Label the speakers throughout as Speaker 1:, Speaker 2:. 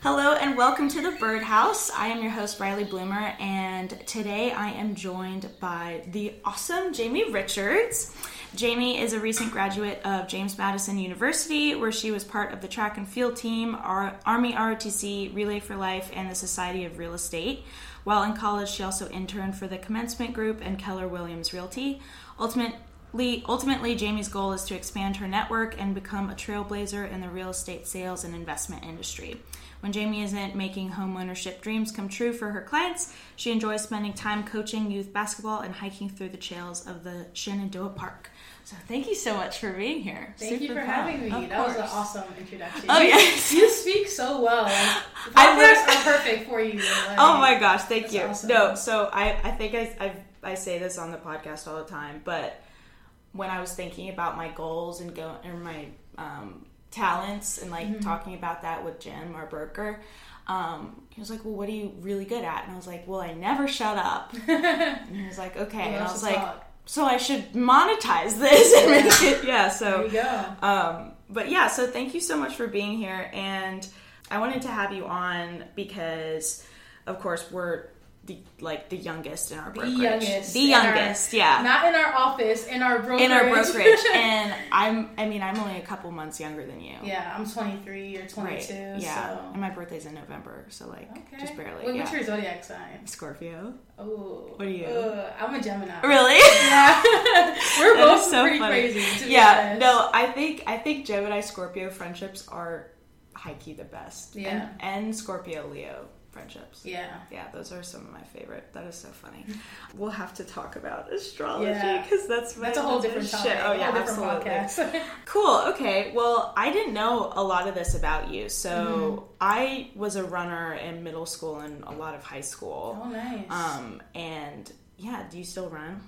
Speaker 1: Hello and welcome to the Birdhouse. I am your host Riley Bloomer, and today I am joined by the awesome Jamie Richards. Jamie is a recent graduate of James Madison University, where she was part of the track and field team, Ar- Army ROTC, Relay for Life, and the Society of Real Estate. While in college, she also interned for the Commencement Group and Keller Williams Realty. Ultimately, ultimately, Jamie's goal is to expand her network and become a trailblazer in the real estate sales and investment industry. When Jamie isn't making homeownership dreams come true for her clients, she enjoys spending time coaching youth basketball and hiking through the trails of the Shenandoah Park. So thank you so much for being here.
Speaker 2: Thank you
Speaker 1: Super
Speaker 2: for
Speaker 1: proud.
Speaker 2: having me.
Speaker 1: Of
Speaker 2: that was an
Speaker 1: course.
Speaker 2: awesome introduction.
Speaker 1: Oh
Speaker 2: you,
Speaker 1: yes.
Speaker 2: you speak so well. Like,
Speaker 1: I
Speaker 2: I words are perfect for you. Like,
Speaker 1: Oh my gosh, thank
Speaker 2: That's
Speaker 1: you.
Speaker 2: awesome.
Speaker 1: No, so I, I think I, I've, I say this on the podcast all the time, but when I was thinking about my goals and go or my um, talents and like
Speaker 2: Mm-hmm.
Speaker 1: talking about that with Jim our broker, um, he was like, "Well, what are you really good at?" And I was like, "Well, I never shut up." and he was like, "Okay," and I
Speaker 2: loves
Speaker 1: was
Speaker 2: to
Speaker 1: like,
Speaker 2: talk.
Speaker 1: "So I should monetize this and make it, yeah." So
Speaker 2: There you go.
Speaker 1: um, but yeah, so thank you so much for being here. And I wanted to have you on because, of course, we're the like the youngest in our
Speaker 2: The
Speaker 1: brokerage.
Speaker 2: youngest
Speaker 1: The
Speaker 2: in our-
Speaker 1: youngest, yeah.
Speaker 2: Not in our office, in our brokerage.
Speaker 1: in our brokerage. and I'm, I mean, I'm only a couple months younger than you.
Speaker 2: yeah, I'm 23 or 22.
Speaker 1: Right. Yeah. And
Speaker 2: So.
Speaker 1: my birthday's in November, so like
Speaker 2: Okay.
Speaker 1: just barely.
Speaker 2: Wait,
Speaker 1: yeah.
Speaker 2: what's your zodiac sign?
Speaker 1: Scorpio.
Speaker 2: Oh.
Speaker 1: What are you?
Speaker 2: I'm a Gemini.
Speaker 1: Really?
Speaker 2: Yeah. We're
Speaker 1: That
Speaker 2: both
Speaker 1: is so
Speaker 2: pretty
Speaker 1: funny.
Speaker 2: crazy. To be
Speaker 1: yeah.
Speaker 2: honest.
Speaker 1: No, I think I think Gemini Scorpio friendships are high key the best.
Speaker 2: Yeah.
Speaker 1: And, and Scorpio Leo friendships.
Speaker 2: Yeah.
Speaker 1: Yeah, those are some of my favorite. That is so funny. We'll have to talk about astrology
Speaker 2: Yeah.
Speaker 1: because that's my,
Speaker 2: That's a whole
Speaker 1: that's my
Speaker 2: different topic.
Speaker 1: shit. Oh yeah,
Speaker 2: a whole different
Speaker 1: absolutely.
Speaker 2: podcast.
Speaker 1: Cool. Okay. Well, I didn't know a lot of this about you.
Speaker 2: Mm-hmm.
Speaker 1: So I was a runner in middle school and a lot of high school.
Speaker 2: oh, nice.
Speaker 1: Um, and yeah, do you still run?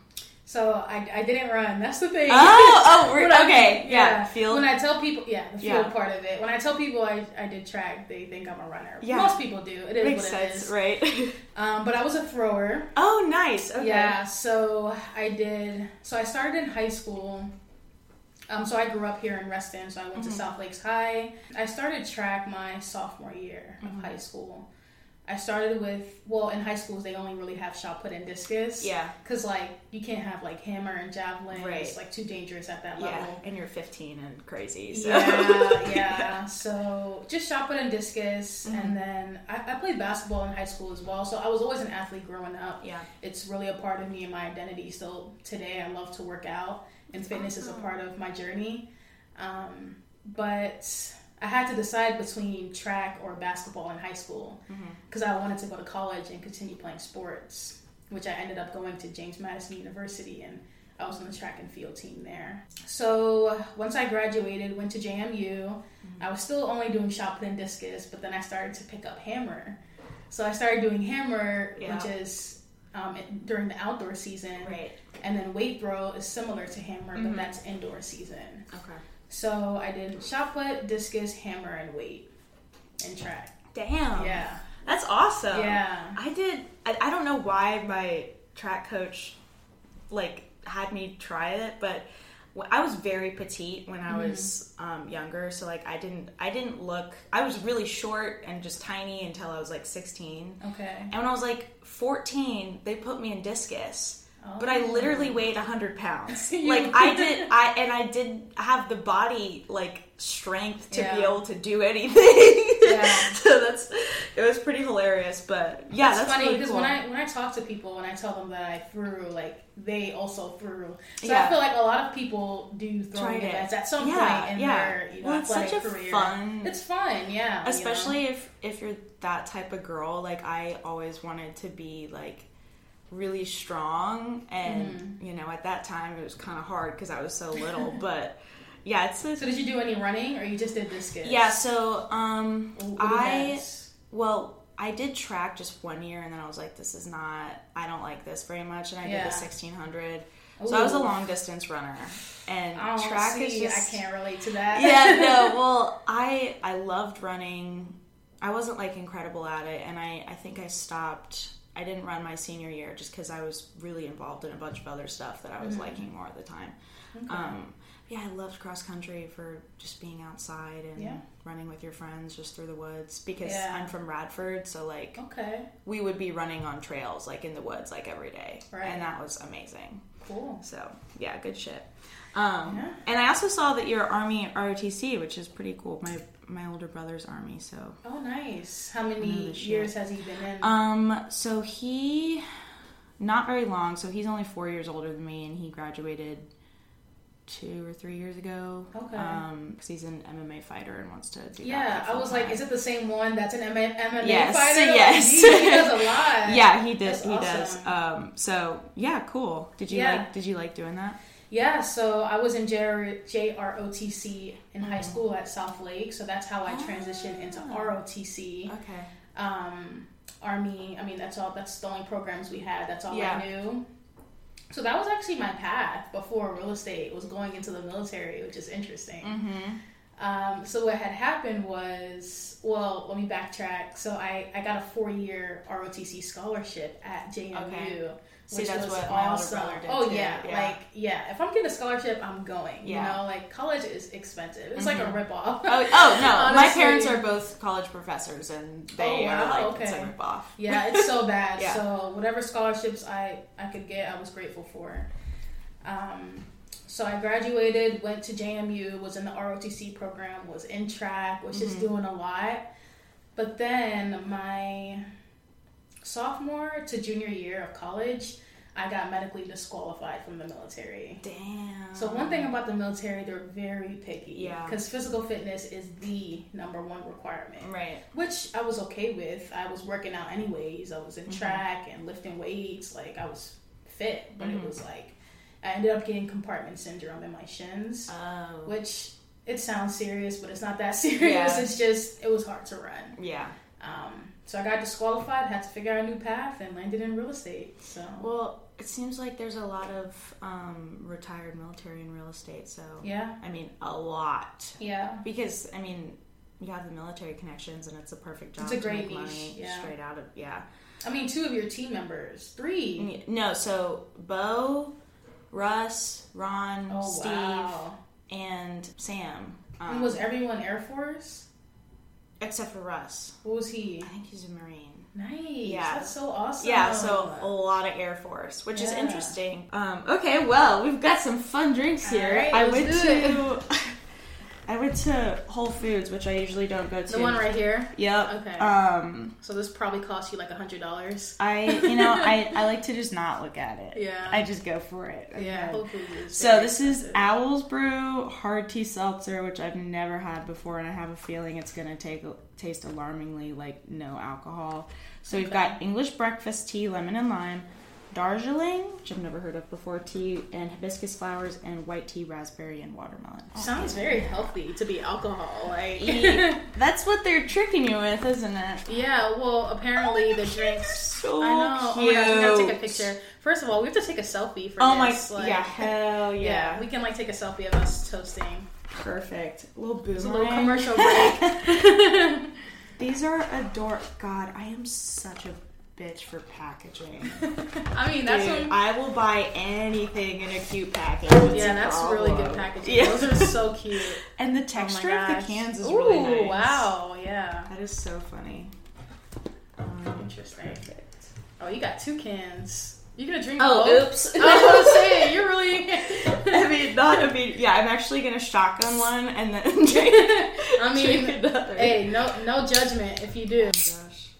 Speaker 2: So I, I didn't run. That's the thing.
Speaker 1: Oh, oh, we're-
Speaker 2: When I-
Speaker 1: okay, yeah, field.
Speaker 2: When I tell people, yeah, the field
Speaker 1: Yeah.
Speaker 2: part of it. When I tell people I, I did track, they think I'm a runner.
Speaker 1: Yeah.
Speaker 2: Most people do. It is
Speaker 1: Makes
Speaker 2: what it
Speaker 1: sense,
Speaker 2: is.
Speaker 1: right?
Speaker 2: Um, but I was a thrower.
Speaker 1: oh, nice. Okay.
Speaker 2: Yeah. So I did. So I started in high school. Um, so I grew up here in Reston. So I went
Speaker 1: Mm-hmm.
Speaker 2: to South Lakes High. I started track my sophomore year
Speaker 1: Mm-hmm.
Speaker 2: of high school. I started with well in high schools they only really have shot put and discus.
Speaker 1: Yeah.
Speaker 2: Cause like you can't have like hammer and javelin.
Speaker 1: Right.
Speaker 2: It's like too dangerous at that
Speaker 1: Yeah.
Speaker 2: level.
Speaker 1: And you're 15 and crazy. So.
Speaker 2: Yeah, yeah. So just shot put and discus,
Speaker 1: Mm-hmm.
Speaker 2: and then I, I played basketball in high school as well. So I was always an athlete growing up.
Speaker 1: Yeah.
Speaker 2: It's really a part of me and my identity. So today I love to work out, and fitness is a part of my journey. Um, but I had to decide between track or basketball in high school
Speaker 1: Mm-hmm.
Speaker 2: because I wanted to go to college and continue playing sports, which I ended up going to James Madison University and I was on the track and field team there. So once I graduated, went to JMU,
Speaker 1: Mm-hmm.
Speaker 2: I was still only doing shot put and discus, but then I started to pick up hammer. So I started doing hammer,
Speaker 1: Yeah.
Speaker 2: which is um, it- during the outdoor season,
Speaker 1: Right. Mm-hmm.
Speaker 2: and then weight throw is similar to hammer, but that's indoor season.
Speaker 1: Okay.
Speaker 2: So I did shot put, discus, hammer, and weight, and track.
Speaker 1: Damn.
Speaker 2: Yeah,
Speaker 1: That's awesome.
Speaker 2: yeah.
Speaker 1: I did. I, I don't know why my track coach like had me try it, but wh- I was very petite when I
Speaker 2: Mm-hmm.
Speaker 1: was um, younger, so like I didn't I didn't look. I was really short and just tiny until I was like 16.
Speaker 2: Okay.
Speaker 1: And when I was like 14, they put me in discus. But I literally weighed 100 pounds.
Speaker 2: Oh. You-
Speaker 1: like I did I and I did have the body like strength to be
Speaker 2: Yeah.
Speaker 1: able to do anything.
Speaker 2: Yeah.
Speaker 1: so that's it was pretty hilarious, but yeah, that's,
Speaker 2: It's funny
Speaker 1: really
Speaker 2: because
Speaker 1: cool.
Speaker 2: when I when I talk to people and I tell them that I threw, like they also threw. So
Speaker 1: Yeah.
Speaker 2: I feel like a lot of people do
Speaker 1: Tried
Speaker 2: throwing
Speaker 1: it.
Speaker 2: events at some
Speaker 1: Yeah,
Speaker 2: point in
Speaker 1: yeah.
Speaker 2: their you know,
Speaker 1: Well, it's such
Speaker 2: athletic
Speaker 1: a
Speaker 2: career.
Speaker 1: fun-
Speaker 2: It's fun, yeah. you know?
Speaker 1: especially if if you're that type of girl like i always wanted to be like really strong and
Speaker 2: Mm-hmm.
Speaker 1: you know at that time it was kind of hard because i was so little but yeah it's a,
Speaker 2: So did you do any running or you just did discus?
Speaker 1: yeah so um
Speaker 2: Ooh, what
Speaker 1: i
Speaker 2: events?
Speaker 1: well i did track just one year and then i was like this is not i don't like this very much and i did
Speaker 2: Yeah.
Speaker 1: the 1600 so i was a
Speaker 2: Ooh.
Speaker 1: long distance runner and
Speaker 2: I don't
Speaker 1: track
Speaker 2: see,
Speaker 1: is just
Speaker 2: I can't relate to that.
Speaker 1: yeah no well i i loved running i wasn't like incredible at it and i i think i stopped i didn't run my senior year
Speaker 2: Mm-hmm.
Speaker 1: just because i was really involved in a bunch of other stuff that i was liking more at the time um Yeah, I loved cross country for just being outside and
Speaker 2: Yeah.
Speaker 1: running with your friends just through the woods because
Speaker 2: Yeah.
Speaker 1: I'm from Radford, so like
Speaker 2: Okay,
Speaker 1: we would be running on trails like in the woods like every day.
Speaker 2: Right.
Speaker 1: And that was amazing.
Speaker 2: cool.
Speaker 1: So, yeah, good shit. Um,
Speaker 2: Yeah.
Speaker 1: and I also saw that you're Army ROTC, which is pretty cool. My my older brother's Army, so
Speaker 2: Oh, nice. How
Speaker 1: Another
Speaker 2: many
Speaker 1: shit.
Speaker 2: years has he been in?
Speaker 1: um, so he not very long. So he's only four years older than me, and he graduated two or three years ago.
Speaker 2: Okay.
Speaker 1: um, 'cause he's an MMA fighter and wants to do.
Speaker 2: yeah,
Speaker 1: that
Speaker 2: I was like, is it the same one that's an MMA, MMA
Speaker 1: Yes,
Speaker 2: fighter? Like,
Speaker 1: yes.
Speaker 2: geez, he does a lot.
Speaker 1: yeah, he does.
Speaker 2: That's
Speaker 1: He does. Um, so yeah, cool. Did you
Speaker 2: Yeah.
Speaker 1: like? Did you like doing that?
Speaker 2: Yeah, so I was in JR- JROTC in high school at South Lake, so that's how I transitioned into
Speaker 1: Mm-hmm. Ah.
Speaker 2: ROTC.
Speaker 1: Okay.
Speaker 2: Um, Army, I mean, that's all, that's the only programs we had, that's all
Speaker 1: Yeah.
Speaker 2: I knew. So that was actually my path before real estate was going into the military, which is interesting.
Speaker 1: Mm-hmm.
Speaker 2: Um, so what had happened was, well, let me backtrack. So I, I got a four year ROTC scholarship at JMU.
Speaker 1: Okay. See,
Speaker 2: which
Speaker 1: that's
Speaker 2: was
Speaker 1: what my older
Speaker 2: awesome.
Speaker 1: brother did,
Speaker 2: Oh
Speaker 1: too.
Speaker 2: yeah,
Speaker 1: Yeah.
Speaker 2: like yeah. If I'm getting a scholarship, I'm going.
Speaker 1: Yeah.
Speaker 2: You know, like college is expensive. It's like
Speaker 1: Mhm.
Speaker 2: a ripoff.
Speaker 1: Oh, oh no! My
Speaker 2: Honestly.
Speaker 1: parents are both college professors, and they
Speaker 2: Oh, wow,
Speaker 1: are like it's a
Speaker 2: okay.
Speaker 1: ripoff.
Speaker 2: Yeah, it's so bad.
Speaker 1: Yeah.
Speaker 2: So whatever scholarships I I could get, I was grateful for. Um, so I graduated, went to JMU, was in the ROTC program, was in track, was
Speaker 1: Mm-hmm.
Speaker 2: just doing a lot. But then my sophomore to junior year of college, I got medically disqualified from the military.
Speaker 1: Damn.
Speaker 2: So one thing about the military, they're very picky.
Speaker 1: Yeah.
Speaker 2: Because physical fitness is the number one requirement
Speaker 1: Right.
Speaker 2: which I was okay with. I was working out anyways. I was in
Speaker 1: Mm-hmm.
Speaker 2: track and lifting weights. Like I was fit, but
Speaker 1: Mhm.
Speaker 2: it was like I ended up getting compartment syndrome in my shins,
Speaker 1: Oh.
Speaker 2: which it sounds serious, but it's not that serious.
Speaker 1: Yeah.
Speaker 2: It's just it was hard to run.
Speaker 1: Yeah.
Speaker 2: Um, so I got disqualified. Had to figure out a new path and landed in real estate. So
Speaker 1: Well, it seems like there's a lot of um, retired military and real estate. So
Speaker 2: yeah,
Speaker 1: I mean, a lot
Speaker 2: yeah,
Speaker 1: because I mean, you have the military connections, and it's a perfect job.
Speaker 2: It's a
Speaker 1: to
Speaker 2: great
Speaker 1: make
Speaker 2: niche,
Speaker 1: money
Speaker 2: yeah.
Speaker 1: straight out of yeah.
Speaker 2: I mean, two of your team members, three.
Speaker 1: No, so Bo, Russ, Ron,
Speaker 2: Oh
Speaker 1: Steve,
Speaker 2: wow!
Speaker 1: and Sam. um,
Speaker 2: And was everyone Air Force?
Speaker 1: except for Russ.
Speaker 2: What was he?
Speaker 1: I think he's a Marine.
Speaker 2: Nice.
Speaker 1: Yeah.
Speaker 2: That's so awesome.
Speaker 1: Yeah, so a lot of Air Force, which is
Speaker 2: Yeah.
Speaker 1: interesting. Um, okay, well, we've got some fun drinks here.
Speaker 2: Alright,
Speaker 1: I went
Speaker 2: let's do
Speaker 1: to I went to Whole Foods, which I usually don't go to.
Speaker 2: The one right here.
Speaker 1: Yep.
Speaker 2: Okay.
Speaker 1: Um,
Speaker 2: so this probably cost you like a hundred dollars.
Speaker 1: I you know I, I like to just not look at it.
Speaker 2: Yeah.
Speaker 1: I just go for it.
Speaker 2: yeah.
Speaker 1: Okay.
Speaker 2: Whole Foods is
Speaker 1: So
Speaker 2: very
Speaker 1: this is
Speaker 2: expensive.
Speaker 1: Owl's Brew hard tea seltzer, which I've never had before, and I have a feeling it's gonna take taste alarmingly like no alcohol. So we've got English breakfast tea, lemon and lime, Darjeeling, which I've never heard of before, tea and hibiscus flowers, and white tea, raspberry, and watermelon.
Speaker 2: sounds very healthy to be alcohol. Like
Speaker 1: E- That's what they're tricking you with, isn't it?
Speaker 2: yeah. Well, apparently the drinks.
Speaker 1: So
Speaker 2: I know.
Speaker 1: cute.
Speaker 2: Oh my gosh, we gotta take a picture. First of all, we have to take a selfie for
Speaker 1: Oh my,
Speaker 2: this. Like,
Speaker 1: yeah, hell yeah,
Speaker 2: We can like take a selfie of us toasting.
Speaker 1: perfect. Little
Speaker 2: It's
Speaker 1: boomerang.
Speaker 2: a little commercial break.
Speaker 1: These are adorable. God, I am such a bitch for packaging.
Speaker 2: I mean, that's
Speaker 1: Dude,
Speaker 2: when-
Speaker 1: I will buy anything in a cute package.
Speaker 2: yeah, that's really good packaging.
Speaker 1: Yeah.
Speaker 2: Those are so cute.
Speaker 1: And the
Speaker 2: Oh my
Speaker 1: texture of
Speaker 2: gosh.
Speaker 1: the cans is really
Speaker 2: Ooh,
Speaker 1: nice.
Speaker 2: wow. Yeah.
Speaker 1: That is so funny. Um,
Speaker 2: Interesting.
Speaker 1: perfect.
Speaker 2: Oh, you got two cans. You gonna drink?
Speaker 1: Oh,
Speaker 2: both?
Speaker 1: oops.
Speaker 2: I was gonna say you're really.
Speaker 1: I mean, not I mean, yeah. I'm actually gonna shotgun one and then drink,
Speaker 2: I
Speaker 1: drink
Speaker 2: mean,
Speaker 1: another.
Speaker 2: hey, no, no judgment if you
Speaker 1: Oh
Speaker 2: do.
Speaker 1: my gosh.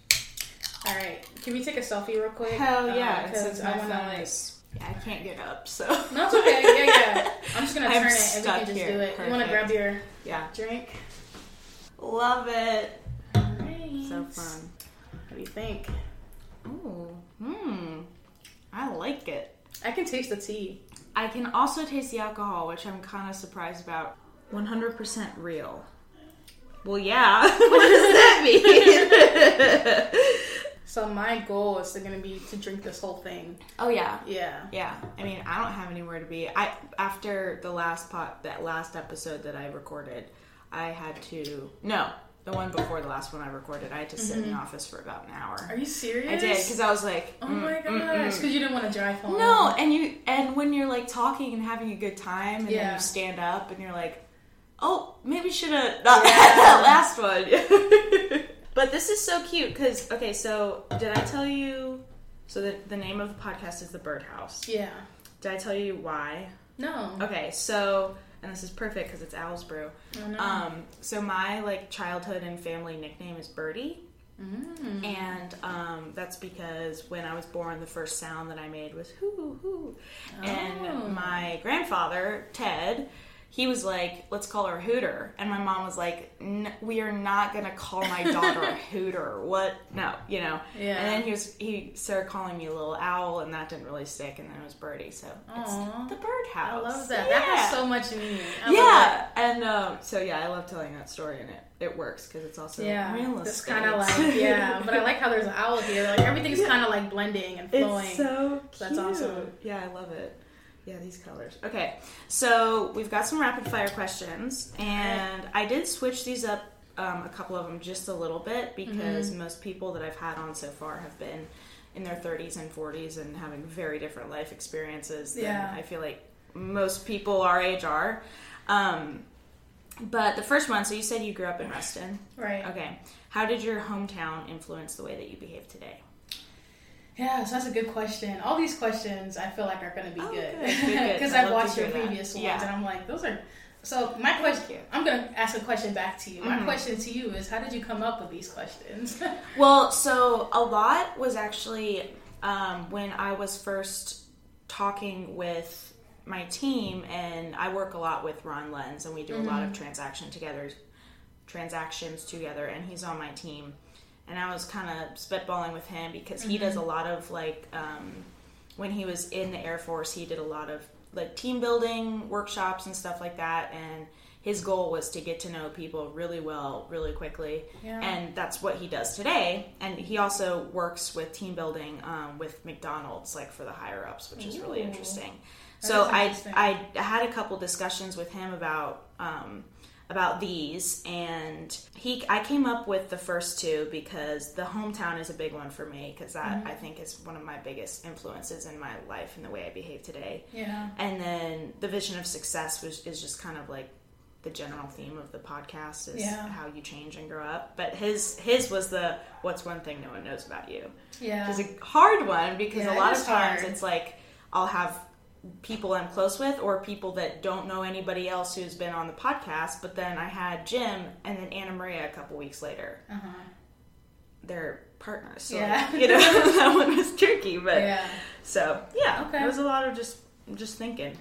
Speaker 2: All right, can we take a selfie real quick?
Speaker 1: Hell yeah!
Speaker 2: Um,
Speaker 1: Since
Speaker 2: Cause
Speaker 1: my
Speaker 2: I
Speaker 1: phone
Speaker 2: wanna like.
Speaker 1: is, yeah, I can't get up, so
Speaker 2: No, it's okay. Yeah, yeah. I'm just gonna
Speaker 1: I'm
Speaker 2: turn it and we
Speaker 1: stuck
Speaker 2: can just
Speaker 1: here.
Speaker 2: do it. You wanna
Speaker 1: Perfect.
Speaker 2: grab your
Speaker 1: yeah,
Speaker 2: drink?
Speaker 1: love it.
Speaker 2: Alright.
Speaker 1: So fun.
Speaker 2: What do you think?
Speaker 1: Ooh, hmm. I like it.
Speaker 2: I can taste the tea.
Speaker 1: I can also taste the alcohol, which I'm kind of surprised about. 100% real. Well, yeah. what does that mean?
Speaker 2: So my goal is to gonna be to drink this whole thing.
Speaker 1: oh yeah.
Speaker 2: Yeah.
Speaker 1: Yeah. I mean, I don't have anywhere to be. I after the last pot that last episode that I recorded, I had to No, the one before the last one I recorded, I had to sit in the office for about an hour.
Speaker 2: Mm-hmm. Are you serious?
Speaker 1: I did because I was like,
Speaker 2: Oh
Speaker 1: mm,
Speaker 2: my
Speaker 1: mm,
Speaker 2: gosh! Because you didn't want to drive home.
Speaker 1: No, and you and when you're like talking and having a good time, and then
Speaker 2: Yeah.
Speaker 1: you stand up and you're like, oh, maybe should have not
Speaker 2: Yeah.
Speaker 1: that last one. but this is so cute because okay, so did I tell you? So the the name of the podcast is the Birdhouse.
Speaker 2: Yeah.
Speaker 1: Did I tell you why?
Speaker 2: No.
Speaker 1: Okay, so and this is perfect because it's Owl's Brew.
Speaker 2: Oh, no.
Speaker 1: Um, so my like childhood and family nickname is Birdie.
Speaker 2: Mm.
Speaker 1: And um, that's because when I was born, the first sound that I made was hoo hoo.
Speaker 2: Oh.
Speaker 1: And my grandfather, Ted, he was like, let's call her Hooter. And my mom was like, N- we are not going to call my daughter a Hooter. What? No, you know.
Speaker 2: Yeah.
Speaker 1: And then he was he started calling me Little Owl, and that didn't really stick. And then it was Birdie. So
Speaker 2: Aw.
Speaker 1: it's the birdhouse.
Speaker 2: I love that.
Speaker 1: Yeah.
Speaker 2: That has so much meaning. I love that.
Speaker 1: yeah, and um, so yeah, I love telling that story, and it, it works because it's also
Speaker 2: Yeah,
Speaker 1: real
Speaker 2: it's
Speaker 1: estate.
Speaker 2: kind of like yeah, but I like how there's an owl here. Like everything's kind of like blending and flowing.
Speaker 1: It's so cute.
Speaker 2: That's awesome.
Speaker 1: Yeah, I love it. Yeah, these colors. Okay, so we've got some rapid fire questions, and I did switch these up um, a couple of them just a little bit because
Speaker 2: Mm-hmm.
Speaker 1: most people that I've had on so far have been in their 30s and 40s and having very different life experiences than
Speaker 2: Yeah.
Speaker 1: I feel like most people our age are. Um, but the first one, so you said you grew up in Reston.
Speaker 2: right.
Speaker 1: Okay. How did your hometown influence the way that you behave today?
Speaker 2: Yeah, so that's a good question. All these questions I feel like are going to be
Speaker 1: Oh,
Speaker 2: good
Speaker 1: good, good, good.
Speaker 2: because
Speaker 1: I
Speaker 2: I've
Speaker 1: love to
Speaker 2: watched your
Speaker 1: hear that.
Speaker 2: previous ones
Speaker 1: Yeah.
Speaker 2: and I'm like, those are. So my question,
Speaker 1: you.
Speaker 2: I'm going to ask a question back to you. My
Speaker 1: Mhm.
Speaker 2: question to you is, how did you come up with these questions?
Speaker 1: Well, so a lot was actually um, when I was first talking with my team, and I work a lot with Ron Lenz, and we do a lot of transaction together, transactions together, and he's on my team. And I was kind of spitballing with him because he does a lot of like um, when he was in the Air Force, he did a lot of like team building workshops and stuff like that, and his goal was to get to know people really well, really quickly
Speaker 2: Yeah.
Speaker 1: and that's what he does today. And he also works with team building um, with McDonald's, like for the higher ups, which is really
Speaker 2: Ooh.
Speaker 1: interesting.
Speaker 2: That
Speaker 1: so
Speaker 2: is interesting.
Speaker 1: I I had a couple discussions with him about um, about these, and he I came up with the first two because the hometown is a big one for me because that
Speaker 2: Mm-hmm.
Speaker 1: I think is one of my biggest influences in my life and the way I behave today.
Speaker 2: yeah.
Speaker 1: And then the vision of success was, is just kind of like the general theme of the podcast is
Speaker 2: Yeah.
Speaker 1: how you change and grow up. But his his was the what's one thing no one knows about you.
Speaker 2: Yeah.
Speaker 1: It's a hard one because
Speaker 2: Yeah,
Speaker 1: a
Speaker 2: it
Speaker 1: lot of
Speaker 2: is
Speaker 1: times
Speaker 2: hard.
Speaker 1: it's like I'll have people I'm close with or people that don't know anybody else who's been on the podcast. But then I had Jim and then Anna Maria a couple weeks later.
Speaker 2: uh-huh.
Speaker 1: They're partners, so
Speaker 2: Yeah.
Speaker 1: like, you know that one was tricky. But
Speaker 2: Yeah.
Speaker 1: so yeah,
Speaker 2: Okay.
Speaker 1: it was a lot of just just thinking.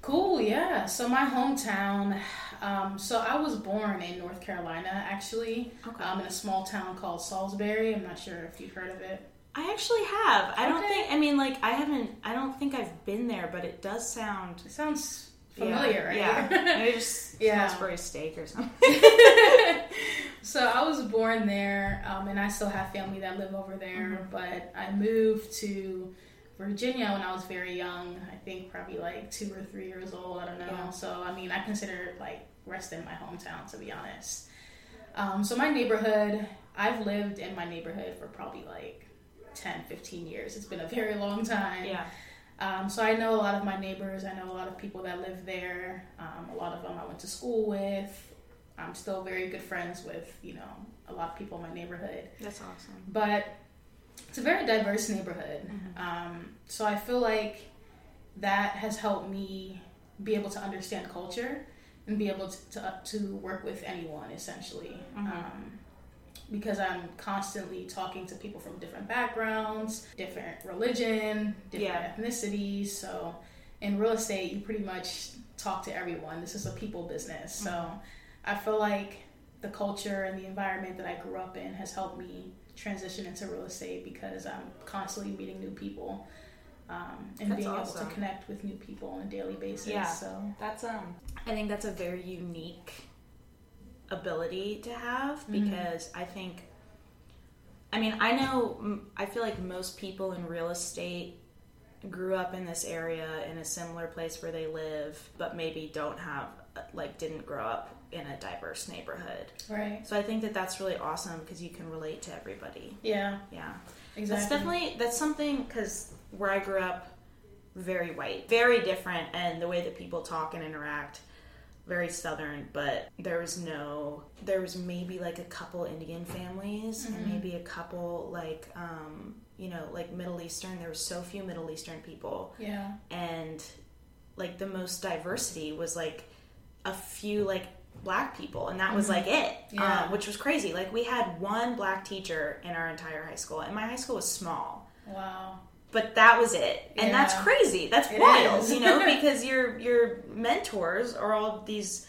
Speaker 2: Cool, yeah. So my hometown, um, so I was born in North Carolina, actually,
Speaker 1: Okay.
Speaker 2: um, in a small town called Salisbury. I'm not sure if you've heard of it.
Speaker 1: I actually have. I don't
Speaker 2: Okay.
Speaker 1: think. I mean, like, I haven't. I don't think I've been there, but it does sound
Speaker 2: It sounds
Speaker 1: yeah,
Speaker 2: familiar, right?
Speaker 1: Yeah, Maybe just
Speaker 2: Yeah.
Speaker 1: Salisbury steak or something.
Speaker 2: so I was born there, um, and I still have family that live over
Speaker 1: Mm-hmm.
Speaker 2: there. But I moved to Virginia when I was very young. I think probably like two or three years old. I don't know.
Speaker 1: Yeah.
Speaker 2: So I mean, I consider like resting my hometown to be honest. Um, so my neighborhood, I've lived in my neighborhood for probably like 10, 15 years. It's been a very long time.
Speaker 1: yeah,
Speaker 2: Um, so I know a lot of my neighbors. I know a lot of people that live there. Um, a lot of them I went to school with. I'm still very good friends with, you know, a lot of people in my neighborhood.
Speaker 1: that's awesome.
Speaker 2: But it's a very diverse neighborhood. Um, so I feel like that has helped me be able to understand culture and be able to, to, to work with anyone essentially.
Speaker 1: Mhm.
Speaker 2: Um, because I'm constantly talking to people from different backgrounds, different religion, different
Speaker 1: Yeah.
Speaker 2: ethnicities. So in real estate, you pretty much talk to everyone. This is a people business. So I feel like the culture and the environment that I grew up in has helped me transition into real estate because I'm constantly meeting new people. Um, and
Speaker 1: That's
Speaker 2: being able
Speaker 1: awesome.
Speaker 2: to connect with new people on a daily basis.
Speaker 1: Yeah.
Speaker 2: So
Speaker 1: That's um. I think that's a very unique ability to have
Speaker 2: Mm-hmm.
Speaker 1: because I think. I mean, I know. m- I feel like most people in real estate grew up in this area in a similar place where they live, but maybe don't have, like, didn't grow up in a diverse neighborhood.
Speaker 2: Right.
Speaker 1: So I think that that's really awesome because you can relate to everybody.
Speaker 2: Yeah.
Speaker 1: Yeah. That's
Speaker 2: Exactly.
Speaker 1: definitely that's something because where I grew up, very white, very different, and the way that people talk and interact, very southern. But there was no, there was maybe like a couple Indian families and maybe a couple like um, you know like Middle Eastern. There were so few Middle Eastern people,
Speaker 2: Yeah.
Speaker 1: and like the most diversity was like a few like black people and that was like it
Speaker 2: Mm-hmm. Yeah.
Speaker 1: um, which was crazy like we had one black teacher in our entire high school and my high school was small
Speaker 2: Wow.
Speaker 1: but that was it and that's
Speaker 2: Yeah.
Speaker 1: crazy that's
Speaker 2: It
Speaker 1: wild
Speaker 2: is.
Speaker 1: you know because your your mentors are all these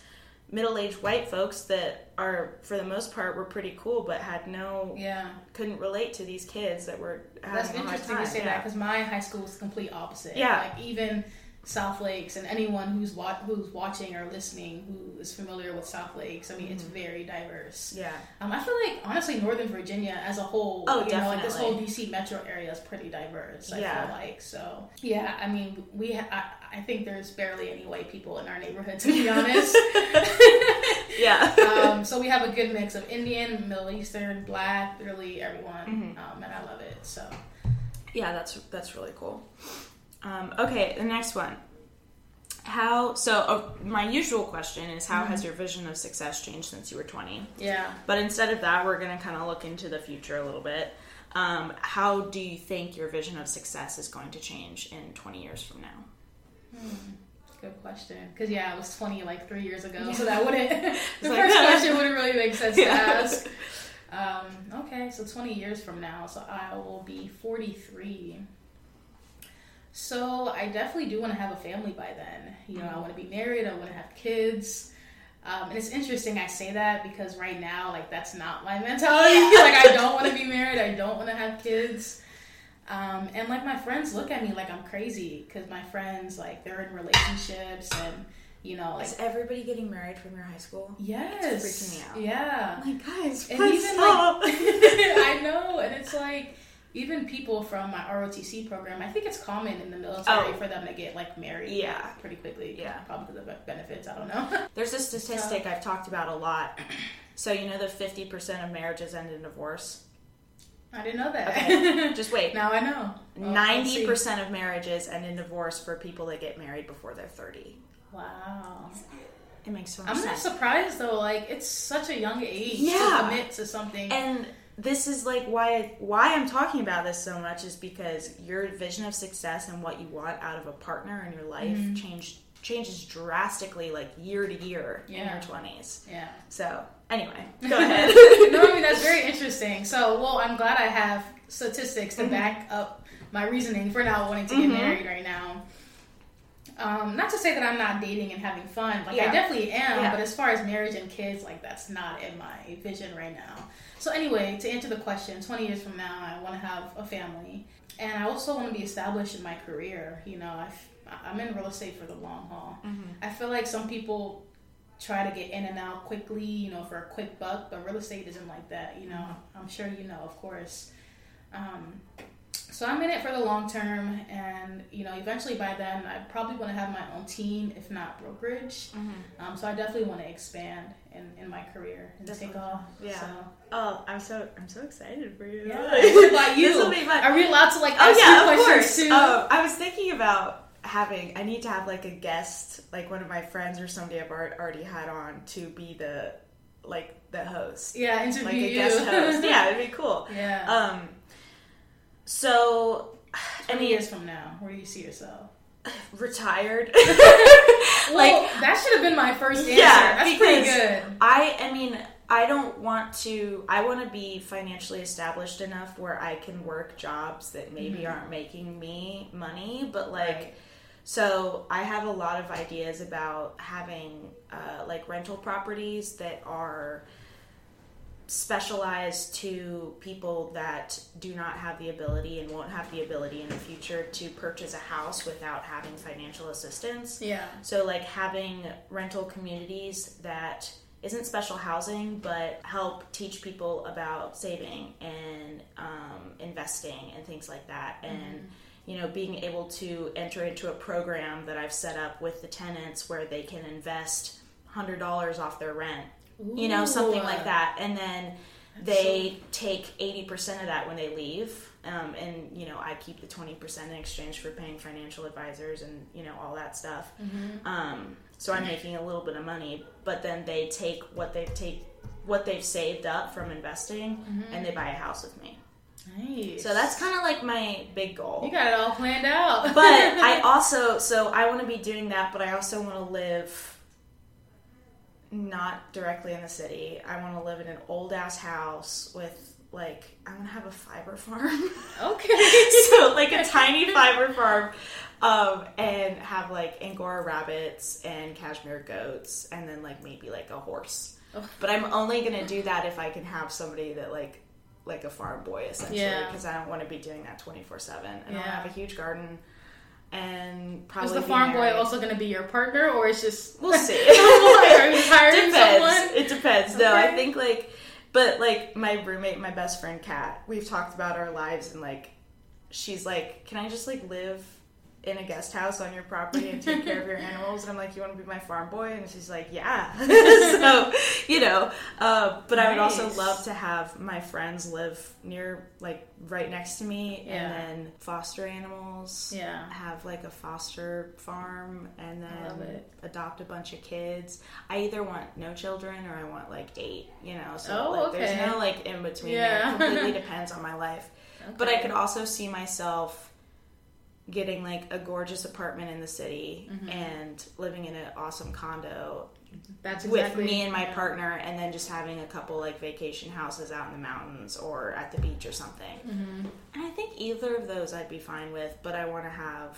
Speaker 1: middle-aged white folks that are for the most part were pretty cool but had no
Speaker 2: Yeah.
Speaker 1: couldn't relate to these kids that were having
Speaker 2: That's
Speaker 1: a hard
Speaker 2: interesting
Speaker 1: time.
Speaker 2: you say
Speaker 1: Yeah.
Speaker 2: that because my high school was the complete opposite.
Speaker 1: Yeah.
Speaker 2: Like even South Lakes and anyone who's wa- who's watching or listening who is familiar with South Lakes, I mean,
Speaker 1: Mm-hmm.
Speaker 2: it's very diverse.
Speaker 1: yeah
Speaker 2: Um, I feel like honestly, Northern Virginia as a whole,
Speaker 1: Oh,
Speaker 2: you know, like this whole
Speaker 1: definitely.
Speaker 2: DC metro area is pretty diverse. I
Speaker 1: Yeah.
Speaker 2: feel like so. Yeah, I mean, we ha- I, I think there's barely any white people in our neighborhood to be honest.
Speaker 1: yeah
Speaker 2: um, so we have a good mix of Indian, Middle Eastern, Black, really everyone,
Speaker 1: Mm-hmm.
Speaker 2: um, and I love it. So
Speaker 1: Yeah, that's that's really cool. Um, okay, the next one. How so? Uh, my usual question is, how has your vision of success changed since you were twenty?
Speaker 2: yeah.
Speaker 1: But instead of that, we're gonna kind of look into the future a little bit. Um, how do you think your vision of success is going to change in twenty years from now?
Speaker 2: Hmm. Good question. Because yeah, I was 20 like three years ago, so that wouldn't the
Speaker 1: like-
Speaker 2: first question wouldn't really make sense
Speaker 1: Yeah.
Speaker 2: to ask. Um, okay, so 20 years from now, so I will be 43. So I definitely do want to have a family by then. You know, I want to be married. I want to have kids. Um, and it's interesting I say that because right now, like, that's not my mentality. like, I don't want to be married. I don't want to have kids. Um, and like my friends look at me like I'm crazy because my friends like they're in relationships and you know like
Speaker 1: Is everybody getting married from your high school?
Speaker 2: yes
Speaker 1: freaking me out.
Speaker 2: yeah
Speaker 1: like, guys,
Speaker 2: And
Speaker 1: Oh please
Speaker 2: even,
Speaker 1: stop.
Speaker 2: I know and it's like even people from my ROTC program I think it's common in the
Speaker 1: Oh.
Speaker 2: military for them to get like married
Speaker 1: yeah.
Speaker 2: pretty quickly
Speaker 1: Yeah.
Speaker 2: probably because of the benefits I don't know
Speaker 1: There's a statistic I've talked about a lot. So you know the fifty percent of marriages end in divorce.
Speaker 2: I didn't know that
Speaker 1: Okay, just wait.
Speaker 2: now I know
Speaker 1: Oh,
Speaker 2: Well, I
Speaker 1: Ninety
Speaker 2: see.
Speaker 1: percent of marriages end in divorce for people that get married before they're thirty.
Speaker 2: wow
Speaker 1: It makes so much
Speaker 2: I'm not
Speaker 1: sense.
Speaker 2: surprised though like it's such a young age to
Speaker 1: Yeah.
Speaker 2: commit to something
Speaker 1: and this is like why why I'm talking about this so much is because your vision of success and what you want out of a partner in your life change changes drastically like year to year in
Speaker 2: Yeah.
Speaker 1: your twenties.
Speaker 2: yeah
Speaker 1: So anyway, go ahead.
Speaker 2: no, I mean that's very interesting. So, well, I'm glad I have statistics
Speaker 1: Mm-hmm.
Speaker 2: to back up my reasoning for not wanting to get married right now. Um, not to say that I'm not dating and having fun, like
Speaker 1: Yeah.
Speaker 2: I definitely am.
Speaker 1: Yeah.
Speaker 2: But as far as marriage and kids, like that's not in my vision right now. So, anyway, to answer the question, 20 years from now, I want to have a family, and I also want to be established in my career. You know, I've, I'm in real estate for the long haul.
Speaker 1: Mm-hmm,
Speaker 2: I feel like some people try to get in and out quickly, you know, for a quick buck, but real estate isn't like that, you know.
Speaker 1: Mm-hmm.
Speaker 2: I'm sure you know, of course. Um, so I'm in it for the long term, and you know, eventually by then, I probably want to have my own team, if not brokerage.
Speaker 1: mm-hmm.
Speaker 2: Um, so I definitely want to expand in, in my career and take
Speaker 1: Definitely.
Speaker 2: off.
Speaker 1: Yeah.
Speaker 2: So.
Speaker 1: oh, I'm so I'm so excited for you.
Speaker 2: Yeah. What about you?
Speaker 1: This will be fun.
Speaker 2: Are we allowed to like
Speaker 1: Oh
Speaker 2: ask
Speaker 1: yeah,
Speaker 2: you
Speaker 1: of
Speaker 2: questions
Speaker 1: course.
Speaker 2: too?
Speaker 1: Um, I was thinking about having. I need to have like a guest, like one of my friends or somebody I've al- already had on to be the like the host,
Speaker 2: yeah, interview
Speaker 1: like a
Speaker 2: you.
Speaker 1: guest host. Yeah, it'd be cool.
Speaker 2: yeah.
Speaker 1: Um, so I
Speaker 2: Twenty
Speaker 1: mean,
Speaker 2: years from now, where do you see yourself?
Speaker 1: retired.
Speaker 2: Like
Speaker 1: like
Speaker 2: that should have been my first answer.
Speaker 1: Yeah,
Speaker 2: That's pretty
Speaker 1: because-
Speaker 2: good.
Speaker 1: I, I mean, I don't want to. I want to be financially established enough where I can work jobs that maybe
Speaker 2: Mm-hmm.
Speaker 1: aren't making me money, but like.
Speaker 2: Right.
Speaker 1: So I have a lot of ideas about having uh, like rental properties that are specialized to people that do not have the ability and won't have the ability in the future to purchase a house without having financial assistance.
Speaker 2: Yeah.
Speaker 1: So, like having rental communities that isn't special housing, but help teach people about saving and um, investing and things like that, and you know, being able to enter into a program that I've set up with the tenants where they can invest $100 off their rent, you know, something like that. And then they take 80% of that when they leave. Um, and, you know, I keep the 20% in exchange for paying financial advisors and, you know, all that stuff.
Speaker 2: Mm-hmm,
Speaker 1: Um, so I'm making a little bit of money, but then they take what they've take what they've saved up from investing and they buy a house with me.
Speaker 2: mm-hmm. Nice.
Speaker 1: So that's kind of like my big goal
Speaker 2: You got it all planned out.
Speaker 1: but I also so I want to be doing that, but I also want to live not directly in the city. I want to live in an old ass house with like I want to have a fiber farm,
Speaker 2: okay.
Speaker 1: so like a tiny fiber farm, um, and have like angora rabbits and cashmere goats, and then like maybe like a horse.
Speaker 2: Oh.
Speaker 1: But I'm only gonna do that if I can have somebody that like like a farm boy essentially
Speaker 2: Yeah.
Speaker 1: because I don't want to be doing that 24 seven. And I'll
Speaker 2: Yeah.
Speaker 1: have a huge garden and probably
Speaker 2: Is the
Speaker 1: be
Speaker 2: farm boy
Speaker 1: married.
Speaker 2: also going to be your partner, or it's just
Speaker 1: We'll see.
Speaker 2: Are you hiring
Speaker 1: depends.
Speaker 2: someone?
Speaker 1: It depends. No, I
Speaker 2: Okay.
Speaker 1: think like, but like my roommate, my best friend Kat, we've talked about our lives and like, she's like, can I just like live in a guest house on your property and take care of your animals? And I'm like, you want to be my farm boy? And she's like, yeah. so you know, uh, but I would also
Speaker 2: Nice.
Speaker 1: love to have my friends live near, like right next to me,
Speaker 2: Yeah.
Speaker 1: and then foster animals
Speaker 2: Yeah.
Speaker 1: have like a foster farm and
Speaker 2: I love
Speaker 1: then
Speaker 2: it.
Speaker 1: adopt a bunch of kids. I either want no children or I want like eight, you know. So
Speaker 2: Oh,
Speaker 1: like,
Speaker 2: okay.
Speaker 1: there's no like in between
Speaker 2: Yeah.
Speaker 1: there. It completely depends on my life. But I
Speaker 2: Okay.
Speaker 1: could also see myself getting like a gorgeous apartment in the city
Speaker 2: Mm-hmm.
Speaker 1: and living in an awesome condo
Speaker 2: That's exactly
Speaker 1: with me and my
Speaker 2: yeah.
Speaker 1: partner and then just having a couple like vacation houses out in the mountains or at the beach or something.
Speaker 2: Mm-hmm.
Speaker 1: And I think either of those I'd be fine with, but I want to have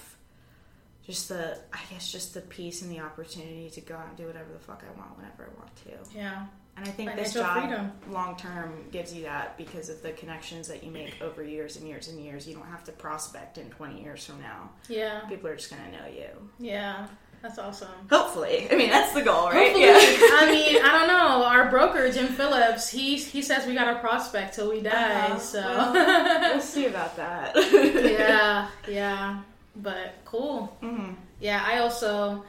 Speaker 1: just the I guess just the peace and the opportunity to go out and do whatever the fuck I want whenever I want to.
Speaker 2: Yeah.
Speaker 1: And I think this
Speaker 2: Financial
Speaker 1: job
Speaker 2: freedom.
Speaker 1: long term gives you that because of the connections that you make over years and years and years. You don't have to prospect in 20 years from now.
Speaker 2: Yeah.
Speaker 1: People are just going to know you.
Speaker 2: Yeah. That's awesome.
Speaker 1: Hopefully. I mean, that's the goal, right?
Speaker 2: Hopefully, I mean, I don't know. Our broker, Jim Phillips, he he says we got a prospect till we die.
Speaker 1: Uh-huh.
Speaker 2: So
Speaker 1: Well, we'll see about that.
Speaker 2: yeah, yeah. But cool.
Speaker 1: Mhm.
Speaker 2: Yeah, I also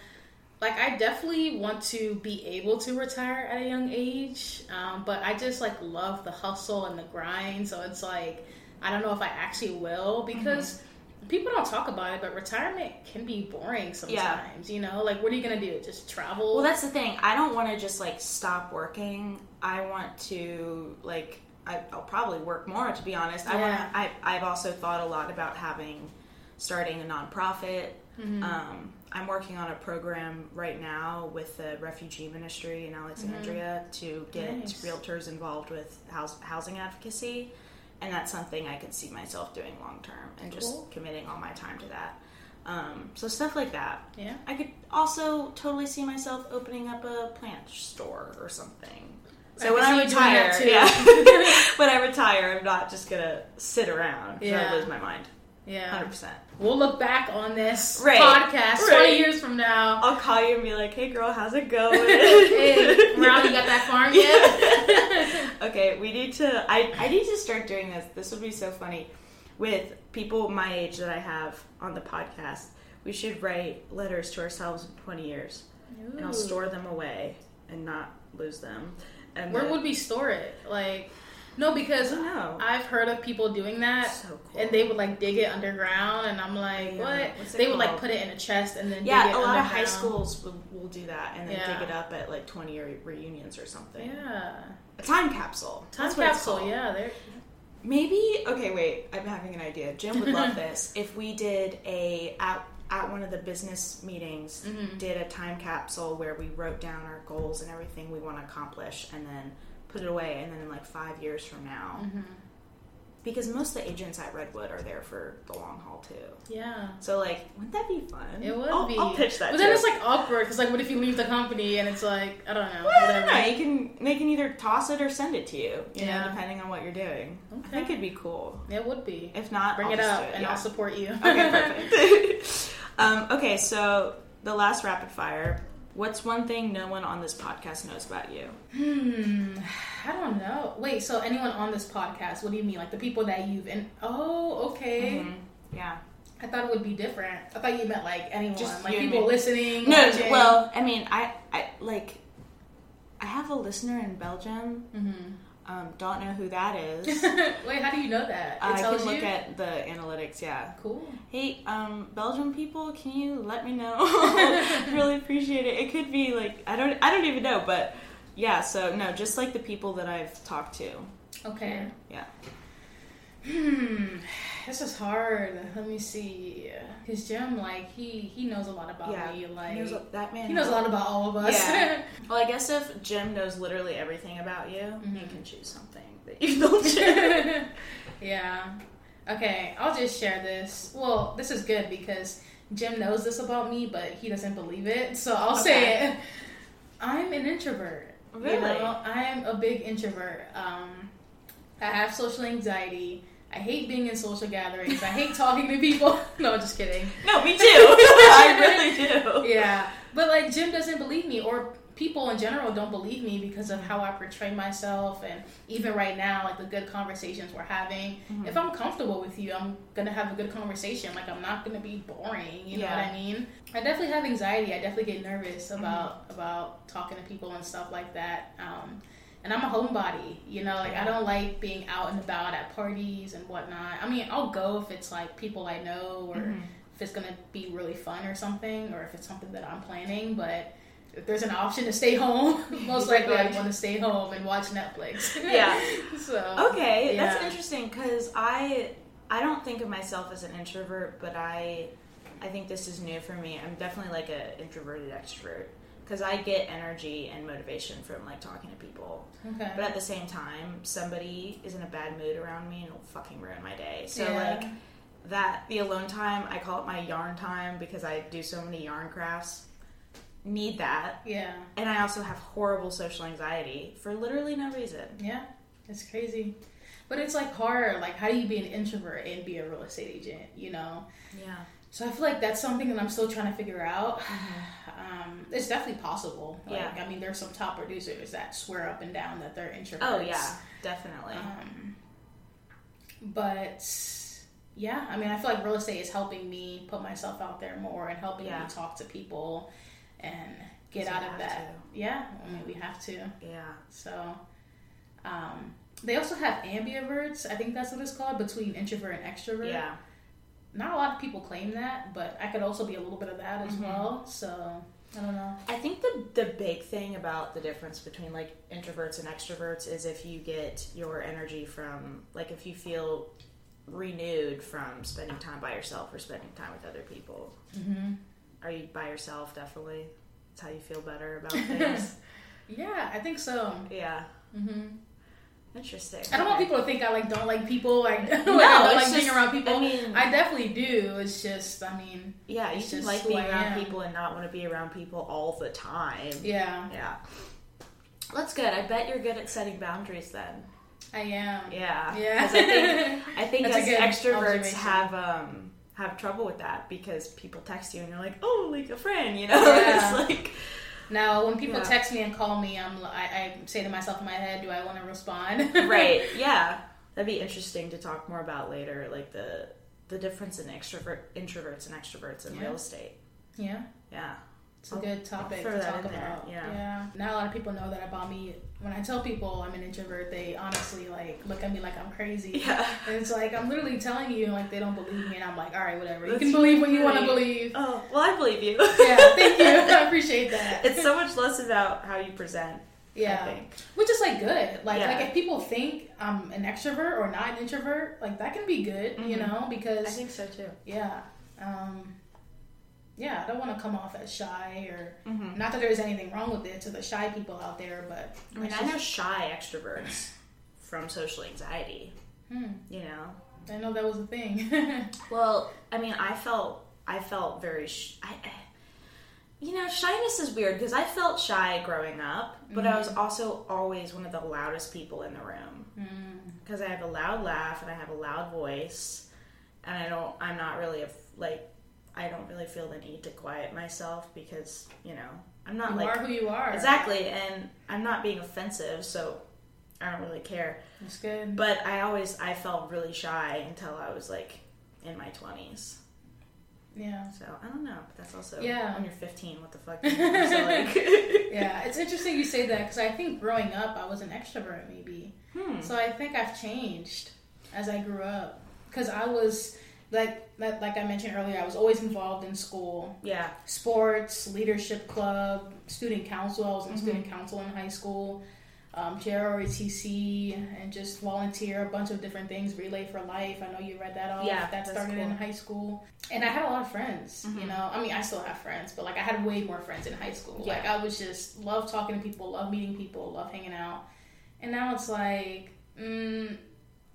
Speaker 2: like I definitely want to be able to retire at a young age, um, but I just like love the hustle and the grind. So it's like I don't know if I actually will because.
Speaker 1: Mm-hmm.
Speaker 2: People don't talk about it, but retirement can be boring sometimes. You know, like what are you gonna do? Just travel?
Speaker 1: Well, that's the thing. I don't want to just like stop working. I want to like I, I'll probably work more to be honest. I
Speaker 2: Yeah.
Speaker 1: want. I I've also thought a lot about having starting a nonprofit.
Speaker 2: Mm-hmm.
Speaker 1: Um, I'm working on a program right now with the refugee ministry in Alexandria to get
Speaker 2: Mm-hmm. Nice.
Speaker 1: realtors involved with house, housing advocacy, and that's something I could see myself doing long term and
Speaker 2: Cool.
Speaker 1: just committing all my time to that. Um, so stuff like that.
Speaker 2: yeah.
Speaker 1: I could also totally see myself opening up a plant store or something. So
Speaker 2: I
Speaker 1: when I
Speaker 2: can see you doing
Speaker 1: retire,
Speaker 2: that
Speaker 1: yeah, when I retire, I'm not just gonna sit around. 'cause
Speaker 2: Yeah.
Speaker 1: I lose my mind,
Speaker 2: Yeah.
Speaker 1: hundred percent.
Speaker 2: We'll look back on this
Speaker 1: Right.
Speaker 2: podcast
Speaker 1: Right.
Speaker 2: 20 years from now.
Speaker 1: I'll call you and be like, "Hey, girl, how's it going?"
Speaker 2: hey, Ron, you got that farm yet?
Speaker 1: okay, we need to. I I need to start doing this. This would be so funny with people my age that I have on the podcast. We should write letters to ourselves in twenty years, and I'll
Speaker 2: Ooh.
Speaker 1: store them away and not lose them. And
Speaker 2: Where
Speaker 1: then-
Speaker 2: would we store it? Like, no, because
Speaker 1: I don't know.
Speaker 2: I've heard of people doing that.
Speaker 1: So cool.
Speaker 2: And they would like dig it underground, and I'm like,
Speaker 1: Yeah.
Speaker 2: what?
Speaker 1: What's it
Speaker 2: They would like
Speaker 1: called?
Speaker 2: put it in a chest and then dig
Speaker 1: yeah,
Speaker 2: it
Speaker 1: a lot of high
Speaker 2: underground.
Speaker 1: schools will, will do that and then
Speaker 2: Yeah.
Speaker 1: dig it up at like 20 year reunions or something.
Speaker 2: Yeah,
Speaker 1: A time capsule.
Speaker 2: time
Speaker 1: That's what it's
Speaker 2: capsule.
Speaker 1: called.
Speaker 2: Yeah, there.
Speaker 1: Maybe okay, wait. I'm having an idea. Jim would love this. If we did a at at one of the business meetings,
Speaker 2: mm-hmm.
Speaker 1: did a time capsule where we wrote down our goals and everything we want to accomplish, and then put it away, and then in like five years from
Speaker 2: Mm-hmm.
Speaker 1: now, because most of the agents at Redwood are there for the long haul too.
Speaker 2: Yeah.
Speaker 1: So like, wouldn't that be fun?
Speaker 2: It would
Speaker 1: I'll,
Speaker 2: be.
Speaker 1: I'll pitch that. to
Speaker 2: But then
Speaker 1: him.
Speaker 2: it's like awkward because like, what if you leave the company and it's like, I don't know.
Speaker 1: Well, I
Speaker 2: whatever.
Speaker 1: don't know. You can they can either toss it or send it to you. You
Speaker 2: Yeah.
Speaker 1: know, depending on what you're doing. I
Speaker 2: Okay.
Speaker 1: think it'd be cool.
Speaker 2: It would be.
Speaker 1: If not,
Speaker 2: Bring
Speaker 1: I'll
Speaker 2: it
Speaker 1: just
Speaker 2: up
Speaker 1: do it,
Speaker 2: and
Speaker 1: yeah.
Speaker 2: I'll support you.
Speaker 1: Okay, perfect. um, okay, so the last rapid fire. What's one thing no one on this podcast knows about you?
Speaker 2: Hmm. I don't know. Wait, so
Speaker 1: Mm-hmm.
Speaker 2: anyone on this podcast, what do you mean? Like the people that you've in Oh, okay.
Speaker 1: Yeah.
Speaker 2: I thought it would be different. I thought you meant like anyone,
Speaker 1: Just
Speaker 2: like
Speaker 1: you and
Speaker 2: people
Speaker 1: me.
Speaker 2: listening.
Speaker 1: No,
Speaker 2: watching.
Speaker 1: well, I mean, I, I like, I have a listener in Belgium.
Speaker 2: Mhm.
Speaker 1: Um, don't know who that is.
Speaker 2: Mm-hmm. Wait, how do you know that? It
Speaker 1: I
Speaker 2: tells
Speaker 1: can look
Speaker 2: you.
Speaker 1: at the analytics. Yeah.
Speaker 2: cool.
Speaker 1: Hey, um, Belgium people, can you let me know? really appreciate it. It could be like I don't, I don't even know, but yeah. So no, just like the people that I've talked to.
Speaker 2: Okay.
Speaker 1: Yeah.
Speaker 2: Hmm. This is hard. Let me see. Cause Jim, like, he he knows a lot about
Speaker 1: Yeah.
Speaker 2: me. Like,
Speaker 1: He knows a- that man.
Speaker 2: a lot about all of us.
Speaker 1: Yeah. Well, I guess if Jim knows literally everything about you, you
Speaker 2: Mhm.
Speaker 1: can choose something that you don't share.
Speaker 2: yeah. Okay, I'll just share this. Well, this is good because Jim knows this about me, but he doesn't believe it. So I'll say it. I'm an introvert. You
Speaker 1: Really?
Speaker 2: know, I'm a big introvert. Um, I have social anxiety. I hate being in social gatherings. I hate talking to people. no, just kidding.
Speaker 1: No, me too. I really do.
Speaker 2: Yeah. But like Jim doesn't believe me or people in general don't believe me because of how I portray myself and even right now, like the good conversations we're having. If I'm comfortable with you, I'm gonna have a good conversation. Like I'm not gonna be boring, you know
Speaker 1: Yeah.
Speaker 2: what I mean? I definitely have anxiety. I definitely get nervous about about talking to people and stuff like that. Um and I'm a homebody, you know, like I don't like being out and about at parties and whatnot. I mean, I'll go if it's like people I know or
Speaker 1: Mm-hmm.
Speaker 2: if it's gonna be really fun or something, or if it's something that I'm planning. But if there's an option to stay home, most likely I want to stay home and watch Netflix.
Speaker 1: Oh Yeah.
Speaker 2: so
Speaker 1: Okay, that's
Speaker 2: Yeah.
Speaker 1: interesting because I I don't think of myself as an introvert, but I I think this is new for me. I'm definitely like an introverted extrovert because I get energy and motivation from like talking to people.
Speaker 2: okay.
Speaker 1: But at the same time, somebody is in a bad mood around me and it'll fucking ruin my day. So
Speaker 2: Yeah.
Speaker 1: like that the alone time, I call it my yarn time because I do so many yarn crafts. Need that.
Speaker 2: yeah,
Speaker 1: And I also have horrible social anxiety for literally no reason.
Speaker 2: yeah, it's crazy. But it's like hard. Like, how do you be an introvert and be a real estate agent? You know.
Speaker 1: Yeah.
Speaker 2: So I feel like that's something that I'm still trying to figure out.
Speaker 1: Mm-hmm.
Speaker 2: Um, it's definitely possible. Like,
Speaker 1: Yeah.
Speaker 2: I mean, there's some top producers that swear up and down that they're introverts.
Speaker 1: Oh yeah, definitely.
Speaker 2: Um, but yeah, I mean, I feel like real estate is helping me put myself out there more and helping
Speaker 1: Yeah.
Speaker 2: me talk to people and get
Speaker 1: So
Speaker 2: out
Speaker 1: you
Speaker 2: of
Speaker 1: have
Speaker 2: that. Yeah, I mean, we have to.
Speaker 1: Yeah.
Speaker 2: So um, they also have ambiverts. I think that's what it's called between introvert and extrovert.
Speaker 1: Yeah.
Speaker 2: Not a lot of people claim that, but I could also be a little bit of that as
Speaker 1: Mhm.
Speaker 2: well. So I don't know.
Speaker 1: I think the the big thing about the difference between like introverts and extroverts is if you get your energy from like if you feel renewed from spending time by yourself or spending time with other people.
Speaker 2: Mm-hmm.
Speaker 1: Are you by yourself definitely? It's how you feel better about things.
Speaker 2: Yeah, I think so.
Speaker 1: yeah.
Speaker 2: hmm
Speaker 1: Interesting.
Speaker 2: I don't want people to think I like don't like people. Like, like,
Speaker 1: No,
Speaker 2: I don't like
Speaker 1: it's
Speaker 2: being
Speaker 1: just-
Speaker 2: around people.
Speaker 1: I mean,
Speaker 2: I definitely do. It's just, I mean,
Speaker 1: yeah, you
Speaker 2: it's
Speaker 1: should
Speaker 2: just
Speaker 1: like
Speaker 2: who
Speaker 1: being
Speaker 2: I
Speaker 1: around
Speaker 2: am.
Speaker 1: people and not want to be around people all the time.
Speaker 2: yeah,
Speaker 1: Yeah. That's good. I bet you're good at setting boundaries then.
Speaker 2: I am.
Speaker 1: Yeah.
Speaker 2: Yeah.
Speaker 1: 'Cause I think, I think
Speaker 2: That's a
Speaker 1: us
Speaker 2: good
Speaker 1: extroverts
Speaker 2: observation.
Speaker 1: have um have trouble with that because people text you and you're like, oh, like a friend, you know?
Speaker 2: Yeah.
Speaker 1: it's like,
Speaker 2: Now, when people
Speaker 1: Yeah.
Speaker 2: text me and call me, I'm, li- I, I say to myself in my head, do I want to respond?
Speaker 1: right? Yeah, that'd be interesting to talk more about later, like the the difference in extrovert introverts and extroverts in
Speaker 2: Yeah.
Speaker 1: real estate.
Speaker 2: yeah.
Speaker 1: Yeah.
Speaker 2: It's a
Speaker 1: I'll-
Speaker 2: good topic
Speaker 1: throw
Speaker 2: to
Speaker 1: that
Speaker 2: talk
Speaker 1: in there,
Speaker 2: about.
Speaker 1: yeah.
Speaker 2: Not a lot of people know that about me. When I tell people I'm an introvert, they honestly like look at me like I'm crazy.
Speaker 1: Yeah.
Speaker 2: And it's like I'm literally telling you, like they don't believe me, and I'm like, all right, whatever. You
Speaker 1: That's
Speaker 2: can believe what you want to
Speaker 1: really-
Speaker 2: believe.
Speaker 1: Oh, well, I believe you.
Speaker 2: yeah, thank you. I appreciate that.
Speaker 1: it's so much less about how you present.
Speaker 2: yeah.
Speaker 1: I think.
Speaker 2: Which is like good. Like
Speaker 1: Yeah.
Speaker 2: like if people think I'm an extrovert or not an introvert, like that can be good, you
Speaker 1: Mhm.
Speaker 2: know, because
Speaker 1: I think so too.
Speaker 2: yeah. Um yeah, I don't want to come off as shy or
Speaker 1: Mm-hmm.
Speaker 2: not that there's anything wrong with it to the shy people out there, but
Speaker 1: I mean,
Speaker 2: it's
Speaker 1: I know
Speaker 2: just-
Speaker 1: shy extroverts from social anxiety.
Speaker 2: Hmm,
Speaker 1: You know,
Speaker 2: I know that was a thing.
Speaker 1: Well, I mean, I felt I felt very, sh- I, I, you know, shyness is weird because I felt shy growing up, but I was also always one of the loudest people in the room
Speaker 2: Mm,
Speaker 1: because I have a loud laugh and I have a loud voice, and I don't, I'm not really a f like, I don't really feel the need to quiet myself because you know I'm not
Speaker 2: you
Speaker 1: like
Speaker 2: are who you are.
Speaker 1: exactly, and I'm not being offensive, so I don't really care.
Speaker 2: It's good.
Speaker 1: But I always I felt really shy until I was like in my twenties.
Speaker 2: Yeah.
Speaker 1: So I don't know. But that's also
Speaker 2: Yeah.
Speaker 1: when you're 15. What the fuck? you know, so, like-
Speaker 2: Yeah, it's interesting you say that because I think growing up I was an extrovert maybe.
Speaker 1: Hmm.
Speaker 2: So I think I've changed as I grew up because I was like like like I mentioned earlier I was always involved in school,
Speaker 1: Yeah.
Speaker 2: sports, leadership club, student council. I was in
Speaker 1: Mhm.
Speaker 2: student council in high school, um, JROTC, and just volunteer a bunch of different things. Relay for Life. I know you read that off.
Speaker 1: Yeah,
Speaker 2: that
Speaker 1: that's
Speaker 2: started in
Speaker 1: cool.
Speaker 2: high school, and I had a lot of friends. You
Speaker 1: Mhm.
Speaker 2: know, I mean, I still have friends, but like I had way more friends in high school.
Speaker 1: Yeah.
Speaker 2: Like I was just love talking to people, love meeting people, love hanging out, and now it's like. Mm,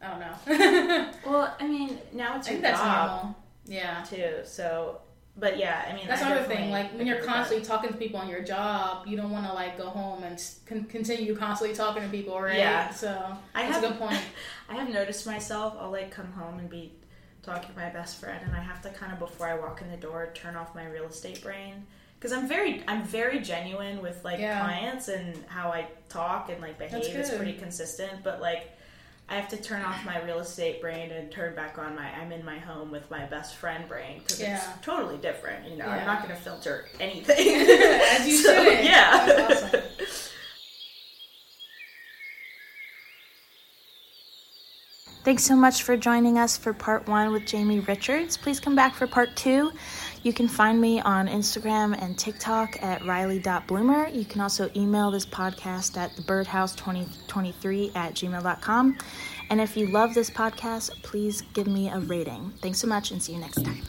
Speaker 2: I don't know.
Speaker 1: Well, I mean, now
Speaker 2: I
Speaker 1: it's your
Speaker 2: think that's
Speaker 1: job
Speaker 2: normal. Yeah.
Speaker 1: too. So, but yeah, I mean,
Speaker 2: That's
Speaker 1: I
Speaker 2: another
Speaker 1: definitely
Speaker 2: thing. Like when
Speaker 1: agree
Speaker 2: you're
Speaker 1: with that.
Speaker 2: constantly talking to people on your job, you don't want to like go home and s- con- continue constantly talking to people, right?
Speaker 1: Yeah.
Speaker 2: So
Speaker 1: I
Speaker 2: that's
Speaker 1: have
Speaker 2: a good point.
Speaker 1: I have noticed myself. I'll like come home and be talking to my best friend, and I have to kind of before I walk in the door turn off my real estate brain because I'm very I'm very genuine with like
Speaker 2: Yeah.
Speaker 1: clients and how I talk and like behave. It's
Speaker 2: good.
Speaker 1: pretty consistent, but like. I have to turn off my real estate brain and turn back on my I'm in my home with my best friend brain because
Speaker 2: Yeah.
Speaker 1: it's totally different. You know,
Speaker 2: Yeah.
Speaker 1: I'm not going to filter anything.
Speaker 2: As you
Speaker 1: So,
Speaker 2: should.
Speaker 1: Yeah.
Speaker 2: That's awesome.
Speaker 1: Thanks so much for joining us for part one with Jamie Richards. Please come back for part two. You can find me on Instagram and TikTok at riley.bloomer. You can also email this podcast at thebirdhouse2023 at gmail.com. And if you love this podcast, please give me a rating. Thanks so much and see you next time.